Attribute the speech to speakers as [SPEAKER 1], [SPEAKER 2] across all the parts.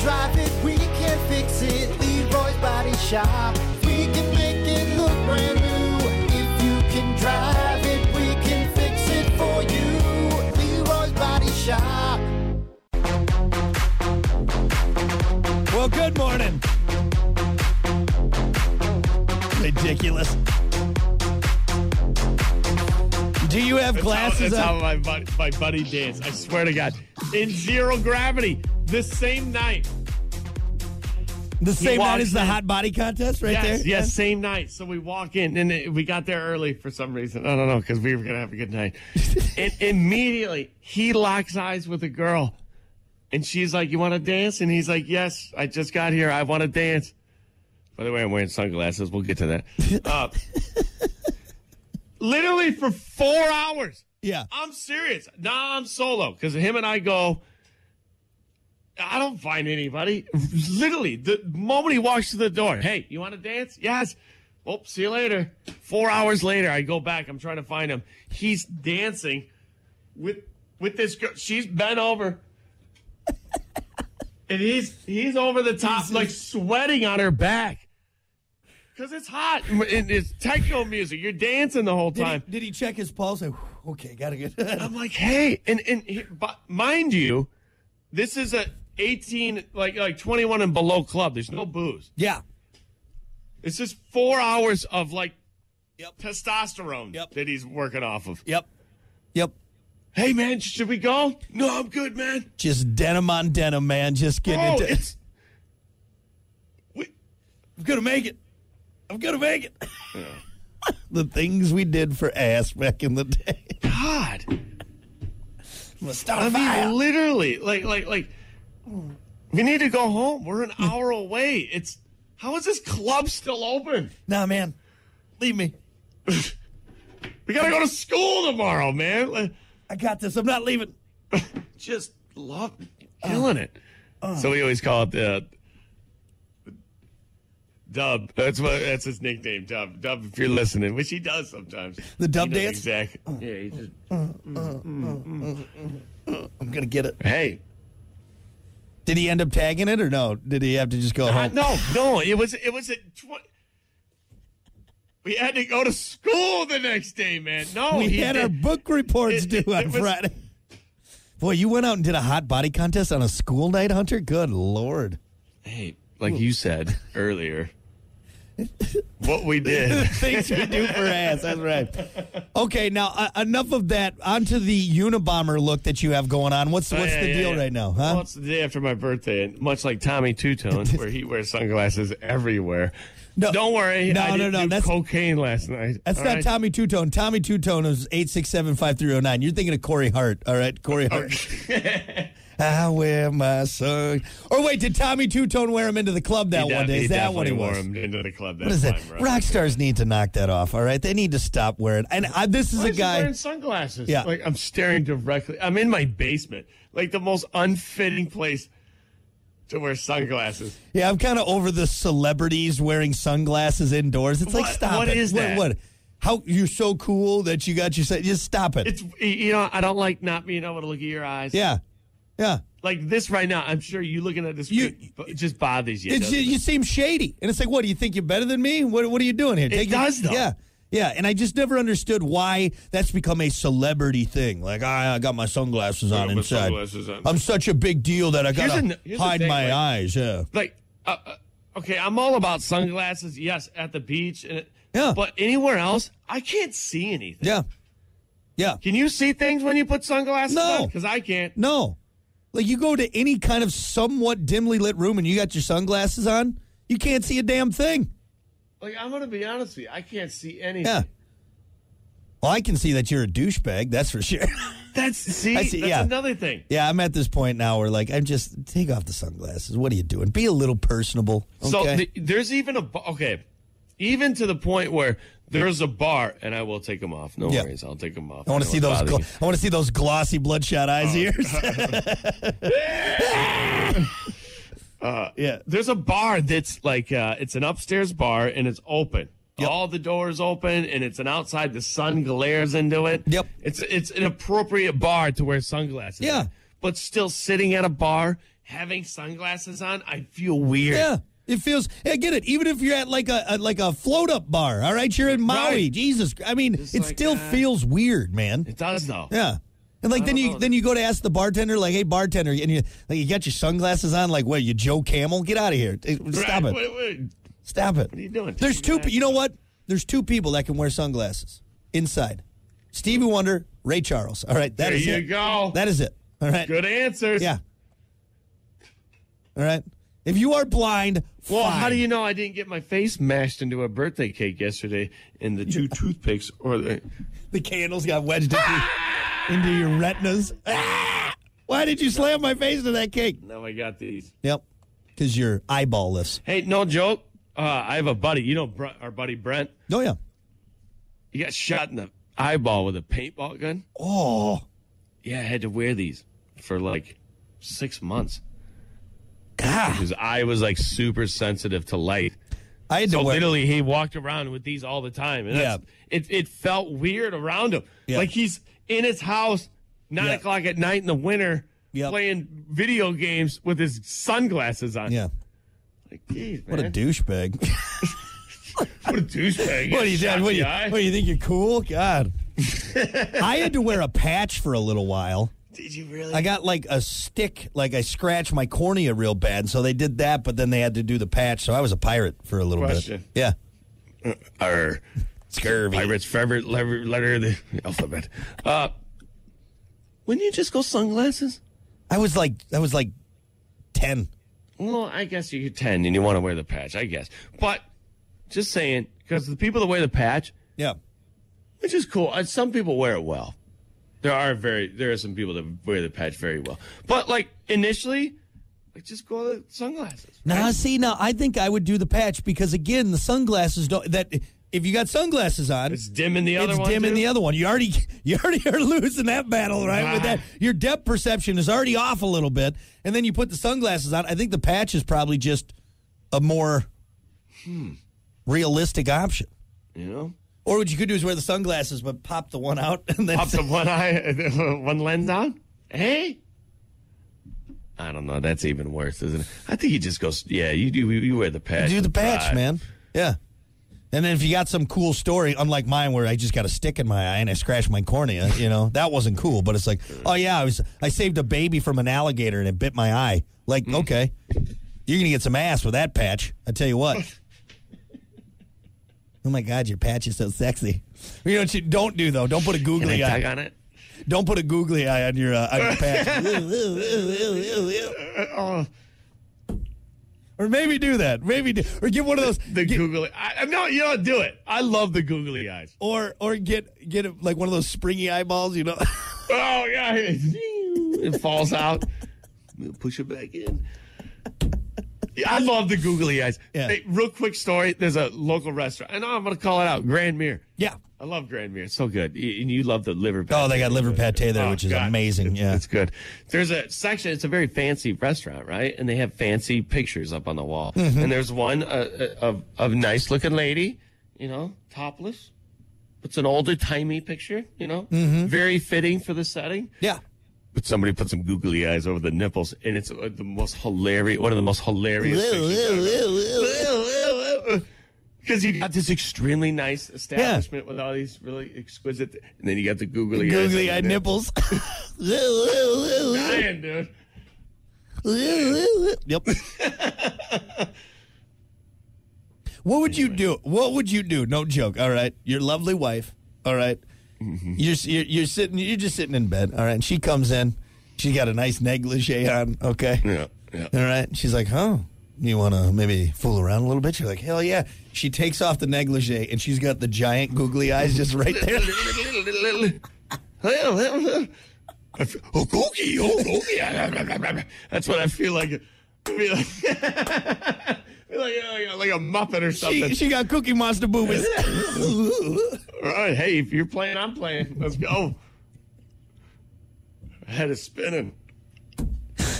[SPEAKER 1] drive it, we can fix it. Leroy's Body Shop. We can make it look brand new. If you can drive it, we can fix it for you. Leroy's Body Shop.
[SPEAKER 2] Well, good morning. Ridiculous. Do you have
[SPEAKER 3] That's
[SPEAKER 2] glasses
[SPEAKER 3] how,
[SPEAKER 2] on?
[SPEAKER 3] that's how my, bu- my buddy danced. I swear to God. In zero gravity, the same night.
[SPEAKER 2] The same night
[SPEAKER 3] walks
[SPEAKER 2] as the
[SPEAKER 3] in.
[SPEAKER 2] hot body contest right
[SPEAKER 3] yes,
[SPEAKER 2] there?
[SPEAKER 3] yes, same night. So we walk in and it, we got there early for some reason. I don't know, because we were going to have a good night. and immediately he locks eyes with a girl and she's like, You want to dance? And he's like, Yes, I just got here. I want to dance. By the way, I'm wearing sunglasses. We'll get to that. Uh, literally for four hours.
[SPEAKER 2] Yeah.
[SPEAKER 3] I'm serious. Nah, I'm solo because him and I go. I don't find anybody. Literally, the moment he walks to the door, hey, you want to dance? Yes. Oh, see you later. Four hours later, I go back. I'm trying to find him. He's dancing with with this girl. She's bent over, and he's he's over the top, like sweating on her back. Cause it's hot and it's techno music. You're dancing the whole
[SPEAKER 2] Did he,
[SPEAKER 3] time.
[SPEAKER 2] did he check his pulse? Like, "Whew, okay, gotta get.
[SPEAKER 3] I'm like, hey, and and he- but mind you, this is a 18, like like 21 and below club. There's no booze.
[SPEAKER 2] yeah.
[SPEAKER 3] It's just four hours of like
[SPEAKER 2] Yep.
[SPEAKER 3] testosterone
[SPEAKER 2] Yep.
[SPEAKER 3] that he's working off of.
[SPEAKER 2] Yep. Yep.
[SPEAKER 3] Hey man, should we go? No, I'm good, man.
[SPEAKER 2] Just denim on denim, man. Just getting
[SPEAKER 3] Bro,
[SPEAKER 2] into
[SPEAKER 3] Oh, it's we,
[SPEAKER 2] I'm gonna make it. I'm gonna make it. the things we did for ass back in the day.
[SPEAKER 3] God.
[SPEAKER 2] I'm gonna start
[SPEAKER 3] I
[SPEAKER 2] a fire.
[SPEAKER 3] mean, literally, like like like we need to go home. We're
[SPEAKER 2] Hmm.
[SPEAKER 3] an hour away. It's how is this club still open?
[SPEAKER 2] nah, man. Leave me.
[SPEAKER 3] We gotta go to school tomorrow, man. Like,
[SPEAKER 2] I got this. I'm not leaving.
[SPEAKER 3] just love killing it.
[SPEAKER 2] Uh.
[SPEAKER 3] so we always call it the Dub. That's what that's his nickname, Dub. Dub, if you're listening, which he does sometimes.
[SPEAKER 2] The dub
[SPEAKER 3] He knows
[SPEAKER 2] dance? Oh.
[SPEAKER 3] exactly. Yeah. He just,
[SPEAKER 2] I'm gonna get it.
[SPEAKER 3] hey.
[SPEAKER 2] Did he end up tagging it or no? Did he have to just go
[SPEAKER 3] Uh,
[SPEAKER 2] home?
[SPEAKER 3] no, no. It was it was at twenty. We had to go to school the next day, man. No,
[SPEAKER 2] we
[SPEAKER 3] he
[SPEAKER 2] had our
[SPEAKER 3] did-
[SPEAKER 2] book reports
[SPEAKER 3] it- it-
[SPEAKER 2] due on
[SPEAKER 3] it was-
[SPEAKER 2] Friday. Boy, you went out and did a hot body contest on a school night, Hunter. Good lord.
[SPEAKER 3] Hey, like you said earlier, what we did.
[SPEAKER 2] things we do for ass. That's right. Okay, now uh, enough of that. Onto the Unabomber look that you have going on. What's what's
[SPEAKER 3] Oh, yeah,
[SPEAKER 2] the
[SPEAKER 3] yeah,
[SPEAKER 2] deal
[SPEAKER 3] yeah.
[SPEAKER 2] right now,
[SPEAKER 3] Well,
[SPEAKER 2] huh?
[SPEAKER 3] it's the day after my birthday, and much like Tommy Two Tone, where he wears sunglasses everywhere.
[SPEAKER 2] No.
[SPEAKER 3] Don't worry.
[SPEAKER 2] No,
[SPEAKER 3] I
[SPEAKER 2] no,
[SPEAKER 3] didn't
[SPEAKER 2] no,
[SPEAKER 3] do
[SPEAKER 2] that's-
[SPEAKER 3] cocaine last night.
[SPEAKER 2] That's
[SPEAKER 3] all
[SPEAKER 2] not
[SPEAKER 3] right?
[SPEAKER 2] Tommy Two Tone. Tommy Two Tone is eight six seven five three zero nine. You're thinking of Corey Hart, all right? Corey
[SPEAKER 3] Oh,
[SPEAKER 2] Hart. I wear my son. Or wait, did Tommy Two Tone wear him into the club that
[SPEAKER 3] He
[SPEAKER 2] one
[SPEAKER 3] def-
[SPEAKER 2] day?
[SPEAKER 3] he
[SPEAKER 2] Is that what he
[SPEAKER 3] definitely
[SPEAKER 2] was?
[SPEAKER 3] wore him into the club that
[SPEAKER 2] What is
[SPEAKER 3] time,
[SPEAKER 2] that?
[SPEAKER 3] bro.
[SPEAKER 2] Rock stars need to knock that off, all right? They need to stop wearing. And I, this is
[SPEAKER 3] Why
[SPEAKER 2] a
[SPEAKER 3] is he
[SPEAKER 2] guy.
[SPEAKER 3] wearing sunglasses.
[SPEAKER 2] Yeah.
[SPEAKER 3] Like I'm staring directly. I'm in my basement, like the most unfitting place to wear sunglasses.
[SPEAKER 2] Yeah, I'm kind of over the celebrities wearing sunglasses indoors. It's like,
[SPEAKER 3] What-
[SPEAKER 2] stop
[SPEAKER 3] what
[SPEAKER 2] it.
[SPEAKER 3] is that?
[SPEAKER 2] What, what? How you're so cool that you got your sa- just stop it.
[SPEAKER 3] It's you know I don't like not being able to look at your eyes.
[SPEAKER 2] yeah, yeah.
[SPEAKER 3] Like this right now, I'm sure you looking at this.
[SPEAKER 2] You-
[SPEAKER 3] screen, but it just bothers you.
[SPEAKER 2] It's,
[SPEAKER 3] doesn't
[SPEAKER 2] you,
[SPEAKER 3] it?
[SPEAKER 2] you seem shady, and it's like, what do you think you're better than me? What What are you doing here? your-
[SPEAKER 3] does, though.
[SPEAKER 2] Yeah, yeah. And I just never understood why that's become a celebrity thing. Like, I, I got my sunglasses on
[SPEAKER 3] my
[SPEAKER 2] inside.
[SPEAKER 3] sunglasses on.
[SPEAKER 2] I'm such a big deal that I
[SPEAKER 3] Here's
[SPEAKER 2] gotta
[SPEAKER 3] an- here's the
[SPEAKER 2] hide
[SPEAKER 3] thing,
[SPEAKER 2] my
[SPEAKER 3] like-
[SPEAKER 2] eyes. Yeah.
[SPEAKER 3] like uh, uh, okay i'm all about sunglasses yes at the beach and it,
[SPEAKER 2] Yeah.
[SPEAKER 3] but anywhere else i can't see anything
[SPEAKER 2] Yeah. Yeah.
[SPEAKER 3] can you see things when you put sunglasses
[SPEAKER 2] No.
[SPEAKER 3] on because i can't
[SPEAKER 2] No. Like you go to any kind of somewhat dimly lit room and you got your sunglasses on, you can't see a damn thing.
[SPEAKER 3] like i'm gonna be honest with you i can't see anything
[SPEAKER 2] Yeah. Well, I can see that you're a douchebag, that's for sure.
[SPEAKER 3] that's see,
[SPEAKER 2] I see,
[SPEAKER 3] that's
[SPEAKER 2] yeah.
[SPEAKER 3] another thing
[SPEAKER 2] yeah, I'm at this point now where like I'm just take off the sunglasses. What are you doing? Be a little personable. Okay.
[SPEAKER 3] so th- there's even a ba- okay even to the point where there's a bar and i will take them off no
[SPEAKER 2] Yeah.
[SPEAKER 3] worries i'll take them off
[SPEAKER 2] I want to
[SPEAKER 3] They
[SPEAKER 2] see
[SPEAKER 3] won't
[SPEAKER 2] those.
[SPEAKER 3] bother
[SPEAKER 2] Gl-
[SPEAKER 3] you.
[SPEAKER 2] I want to see those glossy bloodshot
[SPEAKER 3] Oh.
[SPEAKER 2] eyes ears.
[SPEAKER 3] Uh,
[SPEAKER 2] yeah.
[SPEAKER 3] there's a bar that's like uh, it's an upstairs bar and it's open.
[SPEAKER 2] Yep.
[SPEAKER 3] All the doors open and it's an outside. The sun glares into it.
[SPEAKER 2] Yep.
[SPEAKER 3] It's it's an appropriate bar to wear sunglasses.
[SPEAKER 2] Yeah.
[SPEAKER 3] at. But still sitting at a bar, having sunglasses on, I feel weird.
[SPEAKER 2] Yeah. It feels. I get it. Even if you're at like a, a like a float up bar, all right, you're in Maui.
[SPEAKER 3] Right.
[SPEAKER 2] Jesus, I mean,
[SPEAKER 3] Just
[SPEAKER 2] it
[SPEAKER 3] like,
[SPEAKER 2] still
[SPEAKER 3] uh,
[SPEAKER 2] feels weird, man.
[SPEAKER 3] It does though.
[SPEAKER 2] Yeah, and like then
[SPEAKER 3] don't
[SPEAKER 2] you
[SPEAKER 3] know.
[SPEAKER 2] then you go to ask the bartender, like, hey bartender, and you like you got your sunglasses on, like, what? You Joe Camel? Get out of here! Hey,
[SPEAKER 3] Right,
[SPEAKER 2] Stop it!
[SPEAKER 3] what- what-
[SPEAKER 2] Stop it! What
[SPEAKER 3] are you doing?
[SPEAKER 2] There's two.
[SPEAKER 3] Taking
[SPEAKER 2] pe-
[SPEAKER 3] that-
[SPEAKER 2] You know what? There's two people that can wear sunglasses inside. Stevie Wonder, Ray Charles. All right, that
[SPEAKER 3] There
[SPEAKER 2] is
[SPEAKER 3] you
[SPEAKER 2] it.
[SPEAKER 3] go.
[SPEAKER 2] That is it. All right.
[SPEAKER 3] Good answers.
[SPEAKER 2] Yeah. All right. If you are blind,
[SPEAKER 3] Well, how
[SPEAKER 2] fine.
[SPEAKER 3] do you know I didn't get my face mashed into a birthday cake yesterday and the two toothpicks or the
[SPEAKER 2] The candles got wedged into, into your retinas. Ah! Why did you slam my face into that cake?
[SPEAKER 3] now I got these.
[SPEAKER 2] Yep. Because you're eyeballless.
[SPEAKER 3] Hey, no joke. Uh, I have a buddy. You know Br- our buddy Brent.
[SPEAKER 2] Oh, yeah.
[SPEAKER 3] He got shot in the eyeball with a paintball gun.
[SPEAKER 2] Oh,
[SPEAKER 3] Yeah, I had to wear these for like six months.
[SPEAKER 2] God.
[SPEAKER 3] His eye was like super sensitive to light.
[SPEAKER 2] I had to
[SPEAKER 3] So
[SPEAKER 2] wear
[SPEAKER 3] literally, he walked around with these all the time, and that's, it it felt weird around him.
[SPEAKER 2] Yeah.
[SPEAKER 3] Like he's in his house nine
[SPEAKER 2] Yeah.
[SPEAKER 3] o'clock at night in the winter,
[SPEAKER 2] Yep.
[SPEAKER 3] playing video games with his sunglasses on.
[SPEAKER 2] Yeah.
[SPEAKER 3] like, geez, man,
[SPEAKER 2] What a douchebag.
[SPEAKER 3] what a douchebag!
[SPEAKER 2] What do you
[SPEAKER 3] Shot in
[SPEAKER 2] What do
[SPEAKER 3] the
[SPEAKER 2] you,
[SPEAKER 3] eye.
[SPEAKER 2] what do you think? You're cool? God. I had to wear a patch for a little while.
[SPEAKER 3] Did you really?
[SPEAKER 2] I got like a stick, like I scratched my cornea real bad. So they did that, but then they had to do the patch. So I was a pirate for a little
[SPEAKER 3] Question.
[SPEAKER 2] bit. Yeah.
[SPEAKER 3] Our
[SPEAKER 2] Scurvy.
[SPEAKER 3] pirates' favorite letter, letter of the alphabet. Uh, wouldn't you just go sunglasses?
[SPEAKER 2] I was like, I was like 10.
[SPEAKER 3] Well, I guess you're 10 and you want to wear the patch, I guess. But just saying, because the people that wear the patch,
[SPEAKER 2] Yeah.
[SPEAKER 3] which is cool. Uh, Some people wear it well. There are very there are some people that wear the patch very well. But like initially, like just go with sunglasses.
[SPEAKER 2] Now, see, now I think I would do the patch because again, the sunglasses don't. That if you got sunglasses on,
[SPEAKER 3] It's dim in the other
[SPEAKER 2] it's
[SPEAKER 3] one.
[SPEAKER 2] dim in
[SPEAKER 3] too.
[SPEAKER 2] the other one. You already, you already are losing that battle, right? With that, your depth perception is already off a little bit, and then you put the sunglasses on. I think the patch is probably just a more
[SPEAKER 3] Hmm.
[SPEAKER 2] realistic option.
[SPEAKER 3] You know,
[SPEAKER 2] Or what you could do is wear the sunglasses, but pop the one out and then
[SPEAKER 3] pop the one eye, one lens on. Hey. I don't know. That's even worse, isn't it? I think he just goes. Yeah, you do. You wear the patch.
[SPEAKER 2] do the
[SPEAKER 3] with
[SPEAKER 2] patch,
[SPEAKER 3] pride.
[SPEAKER 2] man. Yeah. And then if you got some cool story, unlike mine where I just got a stick in my eye and I scratched my cornea, you know, that wasn't cool. But it's like, oh yeah, I was I saved a baby from an alligator and it bit my eye. Like, okay, you're gonna get some ass with that patch. I tell you what. oh my God, your patch is so sexy. You know what you don't do though? Don't put a
[SPEAKER 3] Can I
[SPEAKER 2] googly
[SPEAKER 3] tug
[SPEAKER 2] eye.
[SPEAKER 3] on it?
[SPEAKER 2] Don't put a googly eye on your uh, on your patch. Ew, ew, ew, ew, ew, ew.
[SPEAKER 3] Oh,
[SPEAKER 2] Or maybe do that. Maybe do, or get one of those.
[SPEAKER 3] the
[SPEAKER 2] get-
[SPEAKER 3] googly. I, no, you don't do it. I love the googly eyes.
[SPEAKER 2] or or get get a, like one of those springy eyeballs, you know.
[SPEAKER 3] Oh yeah, it falls out. We'll push it back in. Yeah, I love the googly eyes.
[SPEAKER 2] Yeah.
[SPEAKER 3] Hey, real quick story. There's a local restaurant. I know I'm going to call it out. Grand Mere.
[SPEAKER 2] yeah.
[SPEAKER 3] I love Grand Mere. It's so good. Y- And you love the liver.
[SPEAKER 2] Oh, they got liver pate there,
[SPEAKER 3] Oh,
[SPEAKER 2] which is
[SPEAKER 3] God.
[SPEAKER 2] amazing.
[SPEAKER 3] It's-
[SPEAKER 2] Yeah.
[SPEAKER 3] It's good. There's a section, it's a very fancy restaurant, right? And they have fancy pictures up on the wall. And there's one uh, uh, of of nice looking lady, you know, topless. It's an older timey picture, you know, very fitting for the setting.
[SPEAKER 2] yeah.
[SPEAKER 3] But somebody put some googly eyes over the nipples, and it's uh, the most hilarious, one of the most hilarious pictures. Because you got this extremely nice establishment with all these really exquisite, and then you got the googly,
[SPEAKER 2] Googly eyed
[SPEAKER 3] eyes.
[SPEAKER 2] nipples.
[SPEAKER 3] Man, dude.
[SPEAKER 2] yep. what would you do? What would you do? No joke. All right. Your lovely wife. All right.
[SPEAKER 3] Mm-hmm.
[SPEAKER 2] You're, you're you're sitting you're just sitting in bed. All right. And she comes in. She got a nice negligee on. Okay.
[SPEAKER 3] Yeah, yeah.
[SPEAKER 2] All right. She's like, huh? You want to maybe fool around a little bit? You're like, hell yeah. She takes off the negligee and she's got the giant googly eyes just right there.
[SPEAKER 3] I feel- oh, googie, oh, googie. That's what I feel like. I feel like, I feel like, like, a- like a muppet or something.
[SPEAKER 2] She, she got Cookie Monster boobies.
[SPEAKER 3] All right, hey, if you're playing, I'm playing. Let's go. Oh. My head is spinning.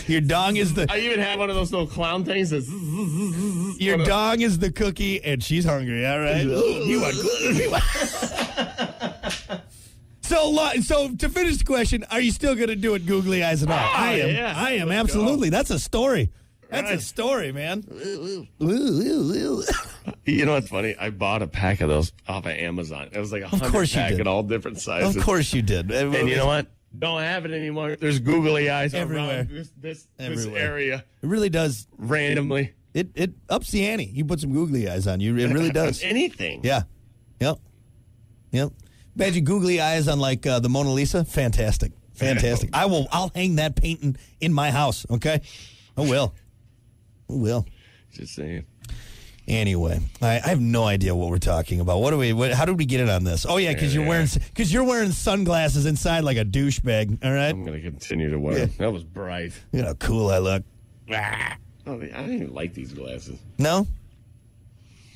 [SPEAKER 2] Your dong is the
[SPEAKER 3] I even have one of those little clown things. That's
[SPEAKER 2] your dong is the cookie, and she's hungry. All right. You want cookies? You want- So, lo- so to finish the question, are you still going to do it, Googly Eyes and all?
[SPEAKER 3] Ah,
[SPEAKER 2] I am.
[SPEAKER 3] yeah.
[SPEAKER 2] I am
[SPEAKER 3] Let's
[SPEAKER 2] absolutely. That's a story. That's a
[SPEAKER 3] Right.
[SPEAKER 2] story, man.
[SPEAKER 3] You know what's funny? I bought a pack of those off of Amazon. It was like a hundred
[SPEAKER 2] course you
[SPEAKER 3] pack
[SPEAKER 2] did.
[SPEAKER 3] in all different sizes.
[SPEAKER 2] of course you did.
[SPEAKER 3] And you know what? Don't have it anymore. There's googly eyes
[SPEAKER 2] Everywhere.
[SPEAKER 3] around this this, this
[SPEAKER 2] Everywhere.
[SPEAKER 3] area
[SPEAKER 2] it really does.
[SPEAKER 3] randomly.
[SPEAKER 2] It it ups the ante. You put some googly eyes on you. It really does.
[SPEAKER 3] Anything.
[SPEAKER 2] Yeah. Yep. Yep. Imagine googly eyes on like uh, the Mona Lisa. Fantastic. Fantastic. I will. I'll hang that painting in my house. Okay. Oh, I will. I will.
[SPEAKER 3] Just saying.
[SPEAKER 2] Anyway, I, I have no idea what we're talking about. What do we? What, how did we get it on this? Oh yeah, because you're wearing because you're wearing sunglasses inside like a douchebag. All right,
[SPEAKER 3] I'm gonna continue to wear. 'em. That was bright.
[SPEAKER 2] you know how cool I look.
[SPEAKER 3] Oh, I didn't even like these glasses.
[SPEAKER 2] No,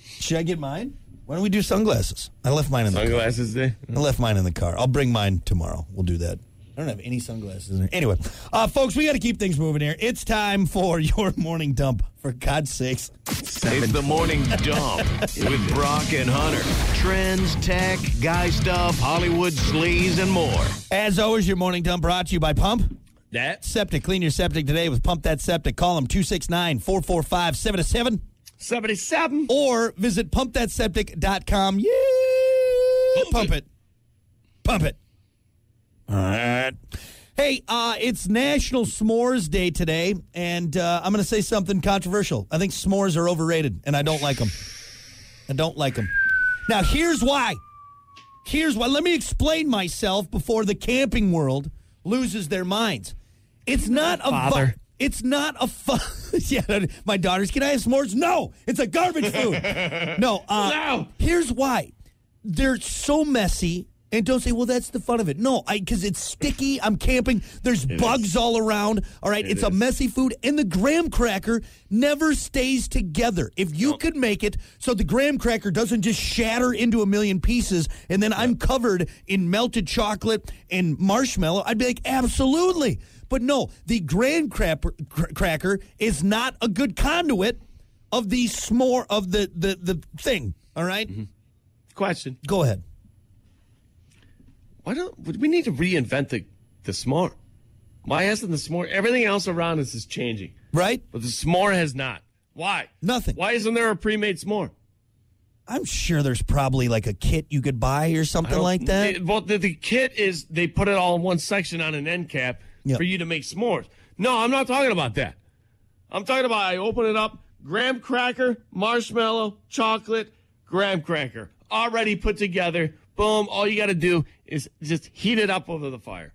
[SPEAKER 2] should I get mine? Why don't we do sunglasses? I left mine in the car.
[SPEAKER 3] Sunglasses eh? day.
[SPEAKER 2] I left mine in the car. I'll bring mine tomorrow. We'll do that. I don't have any sunglasses in there. Anyway, uh, folks, we got to keep things moving here. It's time for your morning dump. For God's sakes.
[SPEAKER 4] It's the morning dump with Brock and Hunter. Trends, tech, guy stuff, Hollywood sleaze, and more.
[SPEAKER 2] As always, your morning dump brought to you by Pump.
[SPEAKER 3] That
[SPEAKER 2] Septic. Clean your septic today with Pump That Septic. Call them 269 445 707
[SPEAKER 3] seventy-seven.
[SPEAKER 2] or visit pumpthatseptic.com. Yeah. Pump it. Pump it. All right. Hey, uh, it's National S'mores Day today, and uh, I'm going to say something controversial. I think s'mores are overrated, and I don't like them. I don't like them. Now, here's why. Here's why. Let me explain myself before the camping world loses their minds. It's not a vi-
[SPEAKER 3] Father.
[SPEAKER 2] it's not a fun. yeah, my daughter's. Can I have s'mores? No, it's a garbage food. no. Uh,
[SPEAKER 3] No.
[SPEAKER 2] Here's why. They're so messy. And don't say, well, that's the fun of it. No, I because it's sticky. I'm camping. There's bugs all around. All right, it's a messy food, and the graham cracker never stays together. If you could make it so the graham cracker doesn't just shatter into a million pieces, and then I'm covered in melted chocolate and marshmallow, I'd be like, absolutely. But no, the graham crapper, cr- cracker is not a good conduit of the s'more of the the the thing. All right?
[SPEAKER 3] Question:
[SPEAKER 2] go ahead.
[SPEAKER 3] Why don't would we need to reinvent the the s'more? Why hasn't the s'more? Everything else around us is changing,
[SPEAKER 2] Right?
[SPEAKER 3] but the s'more has not. Why?
[SPEAKER 2] Nothing.
[SPEAKER 3] Why isn't there a pre-made s'more?
[SPEAKER 2] I'm sure there's probably like a kit you could buy or something like that.
[SPEAKER 3] It- well, the, the kit is they put it all in one section on an end cap
[SPEAKER 2] Yeah.
[SPEAKER 3] for you to make s'mores. No, I'm not talking about that. I'm talking about I open it up, graham cracker, marshmallow, chocolate, graham cracker, already put together. Boom! All you got to do is just heat it up over the fire.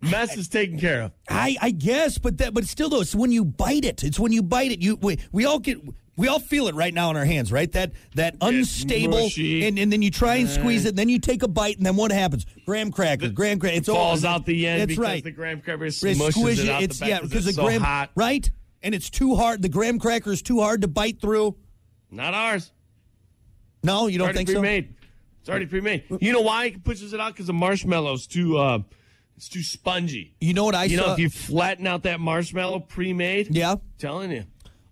[SPEAKER 3] Mess is taken care of.
[SPEAKER 2] I, I guess, but that, but still though, it's when you bite it. It's when you bite it. You we, we all get we all feel it right now in our hands, right? That that unstable,
[SPEAKER 3] mushy.
[SPEAKER 2] and, and then you try and squeeze it, and then you take a bite, and then what happens? Graham cracker, graham cracker. It's
[SPEAKER 3] Falls
[SPEAKER 2] over.
[SPEAKER 3] out the end
[SPEAKER 2] That's
[SPEAKER 3] because
[SPEAKER 2] right.
[SPEAKER 3] the graham cracker
[SPEAKER 2] It's
[SPEAKER 3] smushes
[SPEAKER 2] squishy.
[SPEAKER 3] it out
[SPEAKER 2] it's
[SPEAKER 3] the back
[SPEAKER 2] yeah,
[SPEAKER 3] because
[SPEAKER 2] because
[SPEAKER 3] it's
[SPEAKER 2] the
[SPEAKER 3] so
[SPEAKER 2] graham
[SPEAKER 3] hot.
[SPEAKER 2] right, and it's too hard. The graham cracker is too hard to bite through.
[SPEAKER 3] Not ours.
[SPEAKER 2] No, you don't
[SPEAKER 3] already
[SPEAKER 2] think so.
[SPEAKER 3] pre-made. It's already pre-made. You know why it pushes it out? Because the marshmallow's too, uh, it's too spongy.
[SPEAKER 2] You know what I
[SPEAKER 3] You
[SPEAKER 2] saw?
[SPEAKER 3] know, if you flatten out that marshmallow pre-made,
[SPEAKER 2] uh, yeah.
[SPEAKER 3] telling you,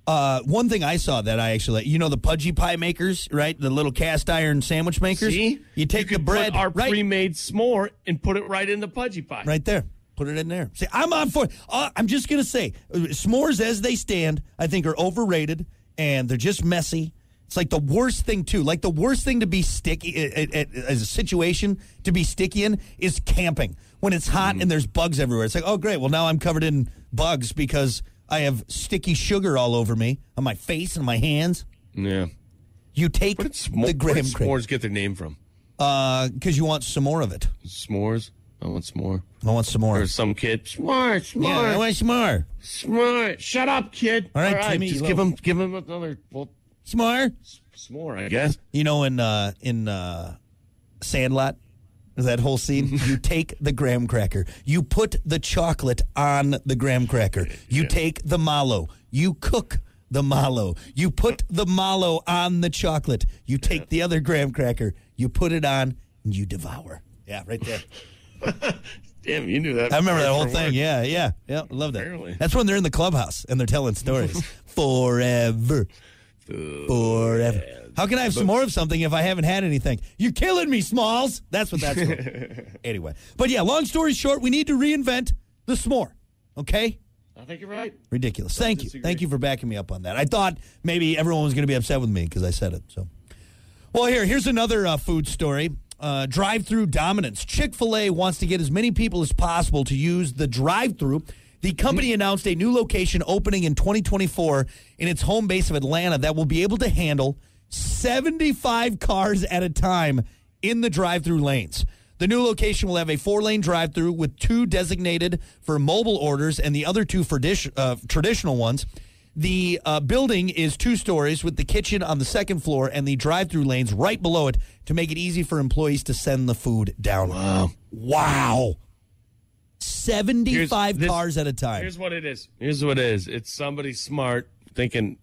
[SPEAKER 2] Uh, one thing I saw that I actually, you know, the pudgy pie makers, right? The little cast iron sandwich makers.
[SPEAKER 3] see,
[SPEAKER 2] you take the
[SPEAKER 3] could
[SPEAKER 2] bread,
[SPEAKER 3] put our
[SPEAKER 2] right,
[SPEAKER 3] pre-made s'more, and put it right in the pudgy pie.
[SPEAKER 2] right there. Put it in there. See, I'm on for. Uh, I'm just gonna say, uh, s'mores as they stand, I think are overrated and they're just messy. It's like the worst thing too. Like the worst thing to be sticky i- i- i- as a situation to be sticky in is camping when it's hot
[SPEAKER 3] Mm-hmm.
[SPEAKER 2] and there's bugs everywhere. It's like, oh great, well now I'm covered in bugs because I have sticky sugar all over me on my face and my hands.
[SPEAKER 3] Yeah.
[SPEAKER 2] You take
[SPEAKER 3] Where did, s'more,
[SPEAKER 2] the
[SPEAKER 3] where
[SPEAKER 2] graham
[SPEAKER 3] did
[SPEAKER 2] cracker
[SPEAKER 3] s'mores get their name from?
[SPEAKER 2] because you want some more of it.
[SPEAKER 3] S'mores. I want s'more.
[SPEAKER 2] I want some more.
[SPEAKER 3] Or some kid. S'more. S'more.
[SPEAKER 2] Yeah, I want some more.
[SPEAKER 3] s'more. Shut up, kid.
[SPEAKER 2] All right, Timmy,
[SPEAKER 3] Just
[SPEAKER 2] you
[SPEAKER 3] give
[SPEAKER 2] little-
[SPEAKER 3] him, give him another. Well,
[SPEAKER 2] Some more.
[SPEAKER 3] s'more. I guess.
[SPEAKER 2] You know, in uh, in uh, Sandlot, that whole scene, you take the graham cracker, you put the chocolate on the graham cracker, you take the mallow, you cook the mallow, you put the mallow on the chocolate, you take the other graham cracker, you put it on, and you devour. Yeah, right there.
[SPEAKER 3] Damn, you knew that.
[SPEAKER 2] I remember
[SPEAKER 3] word
[SPEAKER 2] that whole
[SPEAKER 3] for
[SPEAKER 2] thing.
[SPEAKER 3] word.
[SPEAKER 2] Yeah, yeah, yeah. Love that.
[SPEAKER 3] Apparently.
[SPEAKER 2] That's when they're in the clubhouse and they're telling stories forever. Forever. How can I have some more of something if I haven't had anything? You're killing me, Smalls. That's what that's for. anyway. But yeah, long story short, we need to reinvent the s'more. Okay?
[SPEAKER 3] I think you're right.
[SPEAKER 2] Ridiculous. Thank you.
[SPEAKER 3] disagree.
[SPEAKER 2] Thank you for backing me up on that. I thought maybe everyone was going to be upset with me because I said it. So, well, here here's another uh, food story. Uh, drive-through dominance. Chick Fil A wants to get as many people as possible to use the drive-through. The company announced a new location opening in 2024 in its home base of Atlanta that will be able to handle 75 cars at a time in the drive-through lanes. The new location will have a four-lane drive-through with two designated for mobile orders and the other two for dish, uh, traditional ones. The uh, building is two stories with the kitchen on the second floor and the drive-through lanes right below it to make it easy for employees to send the food down. Wow. Wow. 75
[SPEAKER 3] Here's- this-
[SPEAKER 2] cars at a time.
[SPEAKER 3] Here's what it is. Here's what it is. It's somebody smart thinking,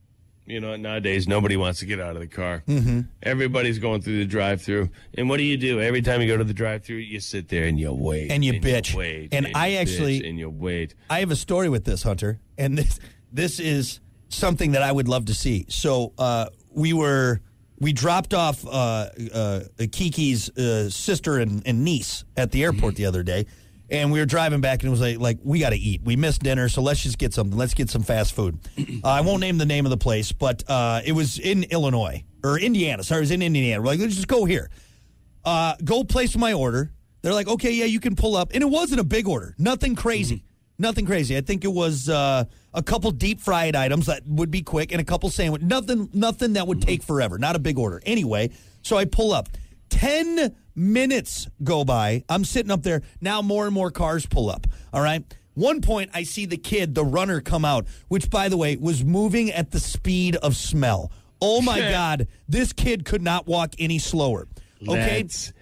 [SPEAKER 3] you know, nowadays nobody wants to get out of the car. Mm-hmm. Everybody's going through the drive-through, and what do you do every time you go to the drive-through? You sit there and you wait,
[SPEAKER 2] And you bitch.
[SPEAKER 3] wait,
[SPEAKER 2] And I
[SPEAKER 3] you bitch,
[SPEAKER 2] actually-
[SPEAKER 3] and you wait.
[SPEAKER 2] I have a story with this, Hunter, and this this is something that I would love to see. So uh, we were we dropped off uh, uh, Kiki's uh, sister and, and niece at the airport the other day, and we were driving back, and it was like like we got to eat. We missed dinner, so let's just get something. Let's get some fast food. Uh, I won't name the name of the place, but uh, it was in Illinois or Indiana. Sorry, it was in Indiana. We're like, let's just go here uh, go place my order. They're like, okay, yeah, you can pull up. And it wasn't a big order, nothing crazy. Nothing crazy. I think it was uh, a couple deep fried items that would be quick and a couple sandwich. Nothing, nothing that would take forever. Not a big order. Anyway, so I pull up. Ten minutes go by. I'm sitting up there now. More and more cars pull up. All right. One point, I see the kid, the runner, come out, which, by the way, was moving at the speed of smell. Oh my God! This kid could not walk any slower. Okay.
[SPEAKER 3] Let's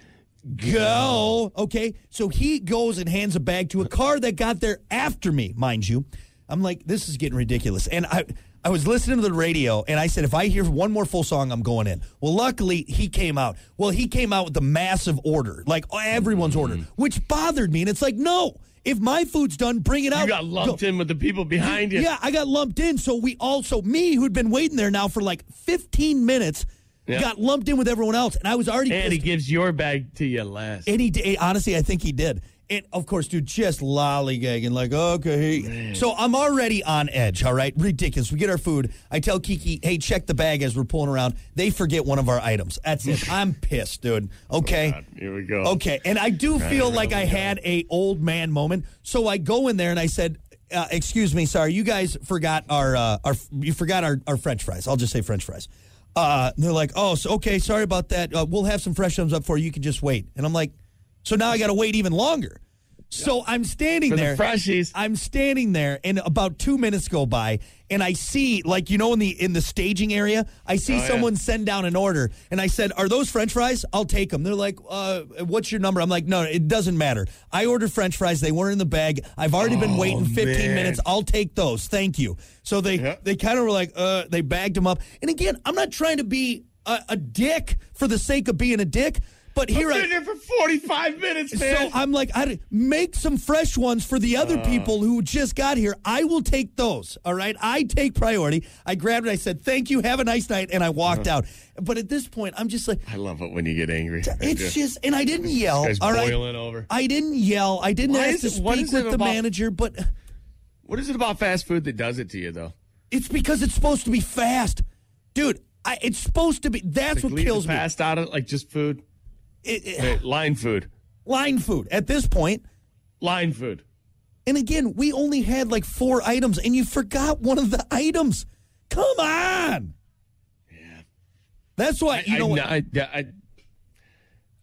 [SPEAKER 2] go. Okay. So he goes and hands a bag to a car that got there after me, mind you. I'm like, this is getting ridiculous. And I I was listening to the radio and I said, if I hear one more full song, I'm going in. Well, luckily he came out. Well, he came out with a massive order, like everyone's order,
[SPEAKER 3] Mm.
[SPEAKER 2] which bothered me. And it's like, no, if my food's done, bring it out.
[SPEAKER 3] You got lumped
[SPEAKER 2] Go-
[SPEAKER 3] in with the people behind you.
[SPEAKER 2] yeah, I got lumped in. So we also, me who'd been waiting there now for like 15 minutes,
[SPEAKER 3] Yeah.
[SPEAKER 2] got lumped in with everyone else. And I was already pissed
[SPEAKER 3] And he gives your bag to you last.
[SPEAKER 2] and he did. Honestly, I think he did. And of course, dude, just lollygagging, like, okay. So I'm already on edge, all right? Ridiculous. We get our food. I tell Kiki, hey, check the bag as we're pulling around. They forget one of our items. That's it. I'm pissed, dude. Okay.
[SPEAKER 3] God, here we go.
[SPEAKER 2] Okay, and I do feel like I had a old man moment. So I go in there and I said, uh, "Excuse me, sorry, you guys forgot our uh, our you forgot our, our French fries. I'll just say French fries." Uh, and they're like, "Oh, so, okay, sorry about that. Uh, we'll have some fresh ones up for you. You can just wait." And I'm like, "So now I got to wait even longer." So I'm standing
[SPEAKER 3] For the
[SPEAKER 2] there.
[SPEAKER 3] freshies.
[SPEAKER 2] I'm standing there, and about two minutes go by, and I see, like you know, in the in the staging area, I see
[SPEAKER 3] Oh, yeah.
[SPEAKER 2] someone send down an order, and I said, "Are those French fries? I'll take them." They're like, uh, "What's your number?" I'm like, "No, it doesn't matter. I ordered French fries. They weren't in the bag. I've already been waiting 15
[SPEAKER 3] Oh, man.
[SPEAKER 2] minutes. I'll take those. Thank you." So they
[SPEAKER 3] Yeah.
[SPEAKER 2] they kind of were like, "Uh," they bagged them up. And again, I'm not trying to be a, a dick for the sake of being a dick, but here
[SPEAKER 3] I've
[SPEAKER 2] I
[SPEAKER 3] been here for 45 minutes, man. Uh.
[SPEAKER 2] so I'm like, I make some fresh ones for the other people who just got here. I will take those. All right, I take priority. I grabbed it. I said, "Thank you. Have a nice night," and I walked
[SPEAKER 3] Uh-huh.
[SPEAKER 2] out. But at this point, I'm just like,
[SPEAKER 3] I love it when you get angry.
[SPEAKER 2] it's just, and I didn't yell.
[SPEAKER 3] guy's
[SPEAKER 2] All right,
[SPEAKER 3] boiling over.
[SPEAKER 2] I didn't yell. I didn't
[SPEAKER 3] Why
[SPEAKER 2] ask
[SPEAKER 3] is
[SPEAKER 2] to
[SPEAKER 3] it- what
[SPEAKER 2] speak
[SPEAKER 3] is it
[SPEAKER 2] with the
[SPEAKER 3] about-
[SPEAKER 2] manager, but
[SPEAKER 3] What is it about fast food that does it to you, though?
[SPEAKER 2] it's because it's supposed to be fast, dude. I, it's supposed to be. That's
[SPEAKER 3] Like,
[SPEAKER 2] what
[SPEAKER 3] leave
[SPEAKER 2] kills
[SPEAKER 3] the
[SPEAKER 2] me.
[SPEAKER 3] past out of like just food,
[SPEAKER 2] It- it-
[SPEAKER 3] Hey, line food,
[SPEAKER 2] line food at this point.
[SPEAKER 3] line food.
[SPEAKER 2] And again, we only had like four items, and you forgot one of the items. Come on. That's why you know
[SPEAKER 3] I,
[SPEAKER 2] what?
[SPEAKER 3] I, I,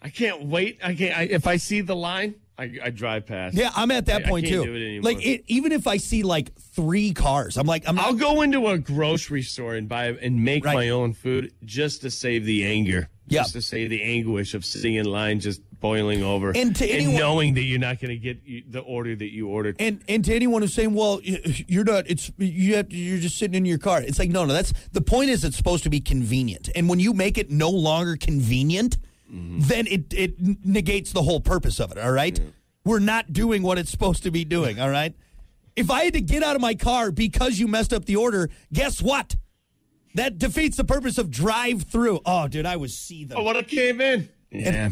[SPEAKER 3] I can't wait. I can't. I, if I see the line, I, I drive past.
[SPEAKER 2] yeah, I'm at that
[SPEAKER 3] I- I
[SPEAKER 2] point
[SPEAKER 3] can't
[SPEAKER 2] too.
[SPEAKER 3] do it anymore.
[SPEAKER 2] like it, even if I see like three cars, I'm like, I'm
[SPEAKER 3] I'll
[SPEAKER 2] not.
[SPEAKER 3] go into a grocery store and buy and make
[SPEAKER 2] Right.
[SPEAKER 3] my own food just to save the anger,
[SPEAKER 2] Yeah.
[SPEAKER 3] just to save the anguish of sitting in line, just boiling over,
[SPEAKER 2] And to anyone-
[SPEAKER 3] knowing that you're not going to get you- the order that you ordered.
[SPEAKER 2] And and to anyone who's saying, well, y- you're not. It's you have. To, you're just sitting in your car. It's like no, no. That's the point. Is it's supposed to be convenient, and when you make it no longer convenient, then it it negates the whole purpose of it. All right, we're not doing what it's supposed to be doing. All right. If I had to get out of my car because you messed up the order, guess what? That defeats the purpose of drive through. Oh, dude, I was seething.
[SPEAKER 3] Oh, what it came in.
[SPEAKER 4] Yeah.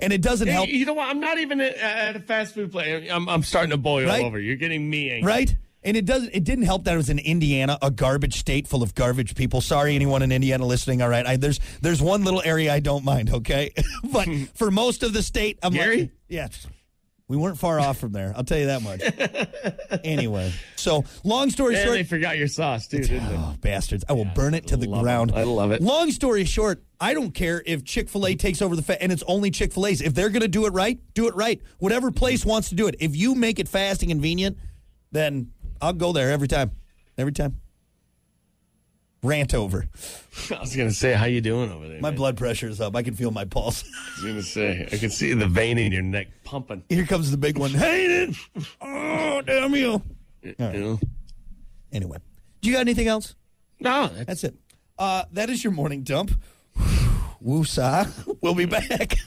[SPEAKER 2] and it doesn't
[SPEAKER 3] Hey,
[SPEAKER 2] help,
[SPEAKER 3] you know what? I'm not even at- at a fast food place. I'm, I'm starting to boil
[SPEAKER 2] Right?
[SPEAKER 3] over. You're getting me angry.
[SPEAKER 2] right? And it doesn't. It didn't help that it was in Indiana, a garbage state full of garbage people. Sorry, anyone in Indiana listening. All right, I, there's there's one little area I don't mind. Okay, but for most of the state, I'm like,
[SPEAKER 3] Gary?
[SPEAKER 2] yeah, we weren't far off from there. I'll tell you that much. anyway, so long story
[SPEAKER 3] And
[SPEAKER 2] short,
[SPEAKER 3] they forgot your sauce too, didn't they?
[SPEAKER 2] Oh, bastards. I will burn it to the ground.
[SPEAKER 3] it. I love it.
[SPEAKER 2] Long story short, I don't care if Chick fil A takes over the fa- and it's only Chick fil A's. If they're going to do it right, do it right. Whatever place wants to do it. If you make it fast and convenient, then I'll go there every time. Every time. Rant over.
[SPEAKER 3] I was gonna say, how you doing over there?
[SPEAKER 2] My
[SPEAKER 3] man?
[SPEAKER 2] blood pressure is up. I can feel my pulse.
[SPEAKER 3] I was gonna say, I can see the vein in your neck pumping.
[SPEAKER 2] Here comes the big one. Hate it. Oh, damn you.
[SPEAKER 3] You know?
[SPEAKER 2] Anyway, do you got anything else?
[SPEAKER 3] No, that's,
[SPEAKER 2] That's it. Uh, that is your morning dump. Woosah. We'll be back.